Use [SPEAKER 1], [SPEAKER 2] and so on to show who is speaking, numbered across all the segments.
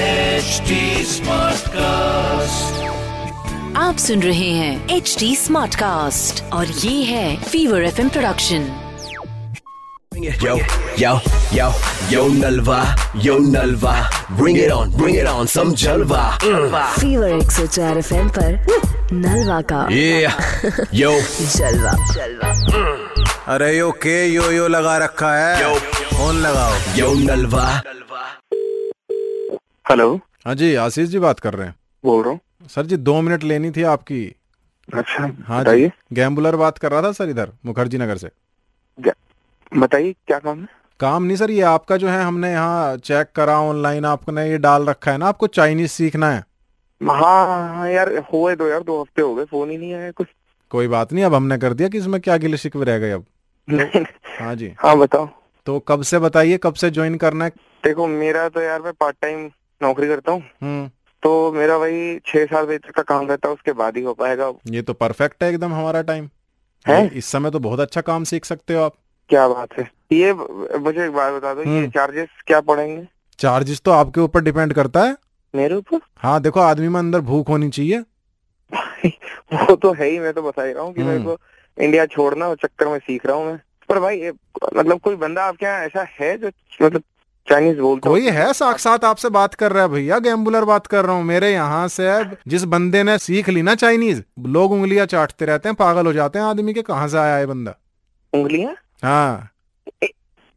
[SPEAKER 1] HD Smartcast.
[SPEAKER 2] आप सुन रहे हैं एच डी स्मार्ट कास्ट और ये है fever F production
[SPEAKER 3] Yo, yo, yo, yo Nalva, yo Nalva, bring it on, bring it on, some Jalva. Mm.
[SPEAKER 2] Fever एक सौ चार एफ एम नलवा का
[SPEAKER 3] Yeah, yo,
[SPEAKER 2] जलवा जलवा
[SPEAKER 4] अरे यो के यो यो लगा रखा है
[SPEAKER 3] Yo.
[SPEAKER 4] फोन लगाओ
[SPEAKER 3] yo Nalva.
[SPEAKER 5] हेलो
[SPEAKER 4] हाँ जी आशीष जी बात कर रहे हैं
[SPEAKER 5] बोल रहा हूँ
[SPEAKER 4] सर जी दो मिनट लेनी थी आपकी
[SPEAKER 5] अच्छा
[SPEAKER 4] हाँ जी
[SPEAKER 5] बताइए
[SPEAKER 4] गैम्बुलर बात कर रहा था सर इधर मुखर्जी नगर से
[SPEAKER 5] क्या- बताइए क्या काम है
[SPEAKER 4] काम नहीं सर ये आपका जो है हमने यहाँ चेक करा ऑनलाइन आपने ये डाल रखा है ना आपको चाइनीज सीखना है
[SPEAKER 5] हाँ हाँ, यार हुए दो यार दो हफ्ते हो गए फोन ही नहीं आया कुछ
[SPEAKER 4] कोई बात नहीं अब हमने कर दिया कि इसमें क्या गिले शिकवे रह गए अब
[SPEAKER 5] नहीं
[SPEAKER 4] हाँ जी
[SPEAKER 5] हाँ बताओ
[SPEAKER 4] तो कब से बताइए कब से ज्वाइन करना है
[SPEAKER 5] देखो मेरा तो यार मैं पार्ट टाइम नौकरी करता हूँ
[SPEAKER 4] हम्म
[SPEAKER 5] तो मेरा भाई छह साल बजे तक का काम रहता है उसके बाद ही हो पाएगा
[SPEAKER 4] ये तो परफेक्ट है एकदम हमारा टाइम
[SPEAKER 5] है
[SPEAKER 4] इस समय तो बहुत अच्छा काम सीख सकते हो आप
[SPEAKER 5] क्या बात है ये ब- मुझे एक बात बता दो ये
[SPEAKER 4] हम्म।
[SPEAKER 5] चार्जेस क्या पड़ेंगे
[SPEAKER 4] चार्जेस तो आपके ऊपर डिपेंड करता है
[SPEAKER 5] मेरे ऊपर
[SPEAKER 4] हाँ देखो आदमी में अंदर भूख होनी चाहिए
[SPEAKER 5] वो तो है ही मैं तो बता ही रहा हूँ कि मेरे
[SPEAKER 4] हम्म।
[SPEAKER 5] को इंडिया छोड़ना उस चक्कर में सीख रहा हूँ मैं पर भाई ये- मतलब कोई बंदा आपके यहाँ ऐसा है जो मतलब चाइनीज बोलता हो?
[SPEAKER 4] कोई तो है साक्षात आपसे बात कर रहा है भैया गैम्बुलर बात कर रहा हूँ मेरे यहाँ से अब जिस बंदे ने सीख ली ना चाइनीज लोग उंगलियां चाटते रहते हैं पागल हो जाते हैं आदमी के कहाँ से आया है बंदा
[SPEAKER 5] उंगलियां
[SPEAKER 4] हाँ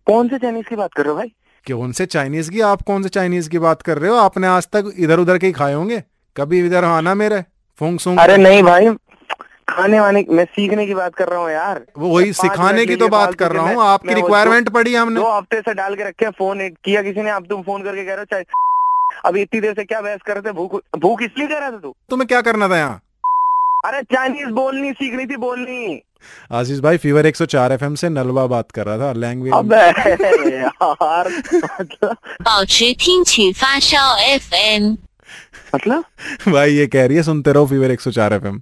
[SPEAKER 5] कौन से चाइनीज की बात कर रहे हो भाई
[SPEAKER 4] कि उनसे चाइनीज की आप कौन से चाइनीज की बात कर रहे हो आपने आज तक इधर उधर के ही खाए होंगे कभी इधर आना मेरे फूंग सूंग
[SPEAKER 5] अरे नहीं भाई खाने वाने मैं सीखने की बात कर रहा हूँ यार
[SPEAKER 4] वो वही
[SPEAKER 5] पाँच
[SPEAKER 4] सिखाने
[SPEAKER 5] मिनट
[SPEAKER 4] की
[SPEAKER 5] के
[SPEAKER 4] तो
[SPEAKER 5] लिए
[SPEAKER 4] बात
[SPEAKER 5] फालतू
[SPEAKER 4] कर
[SPEAKER 5] के
[SPEAKER 4] रहा
[SPEAKER 5] मैं-
[SPEAKER 4] हूँ आपकी
[SPEAKER 5] मैं वो दो-
[SPEAKER 4] रिक्वायरमेंट पड़ी
[SPEAKER 5] दो
[SPEAKER 4] हमने
[SPEAKER 5] हफ्ते से डाल के रखे हैं, फोन नहीं किया किसी ने अब तुम फोन करके कह रहे हो चाहे अब इतनी देर से क्या बहस कर रहे थे भूख भूख इसलिए कह रहा था तू
[SPEAKER 4] तुम्हें क्या करना था यहाँ
[SPEAKER 5] अरे चाइनीज बोलनी सीखनी थी बोलनी
[SPEAKER 4] आशीष भाई फीवर 104 एफएम से नलवा बात कर रहा था लैंग्वेज
[SPEAKER 5] अबे यार मतलब
[SPEAKER 6] 保持听取发烧 FM。
[SPEAKER 5] मतलब
[SPEAKER 4] भाई ये कह रही है सुनते रहो फीवर 104 एफएम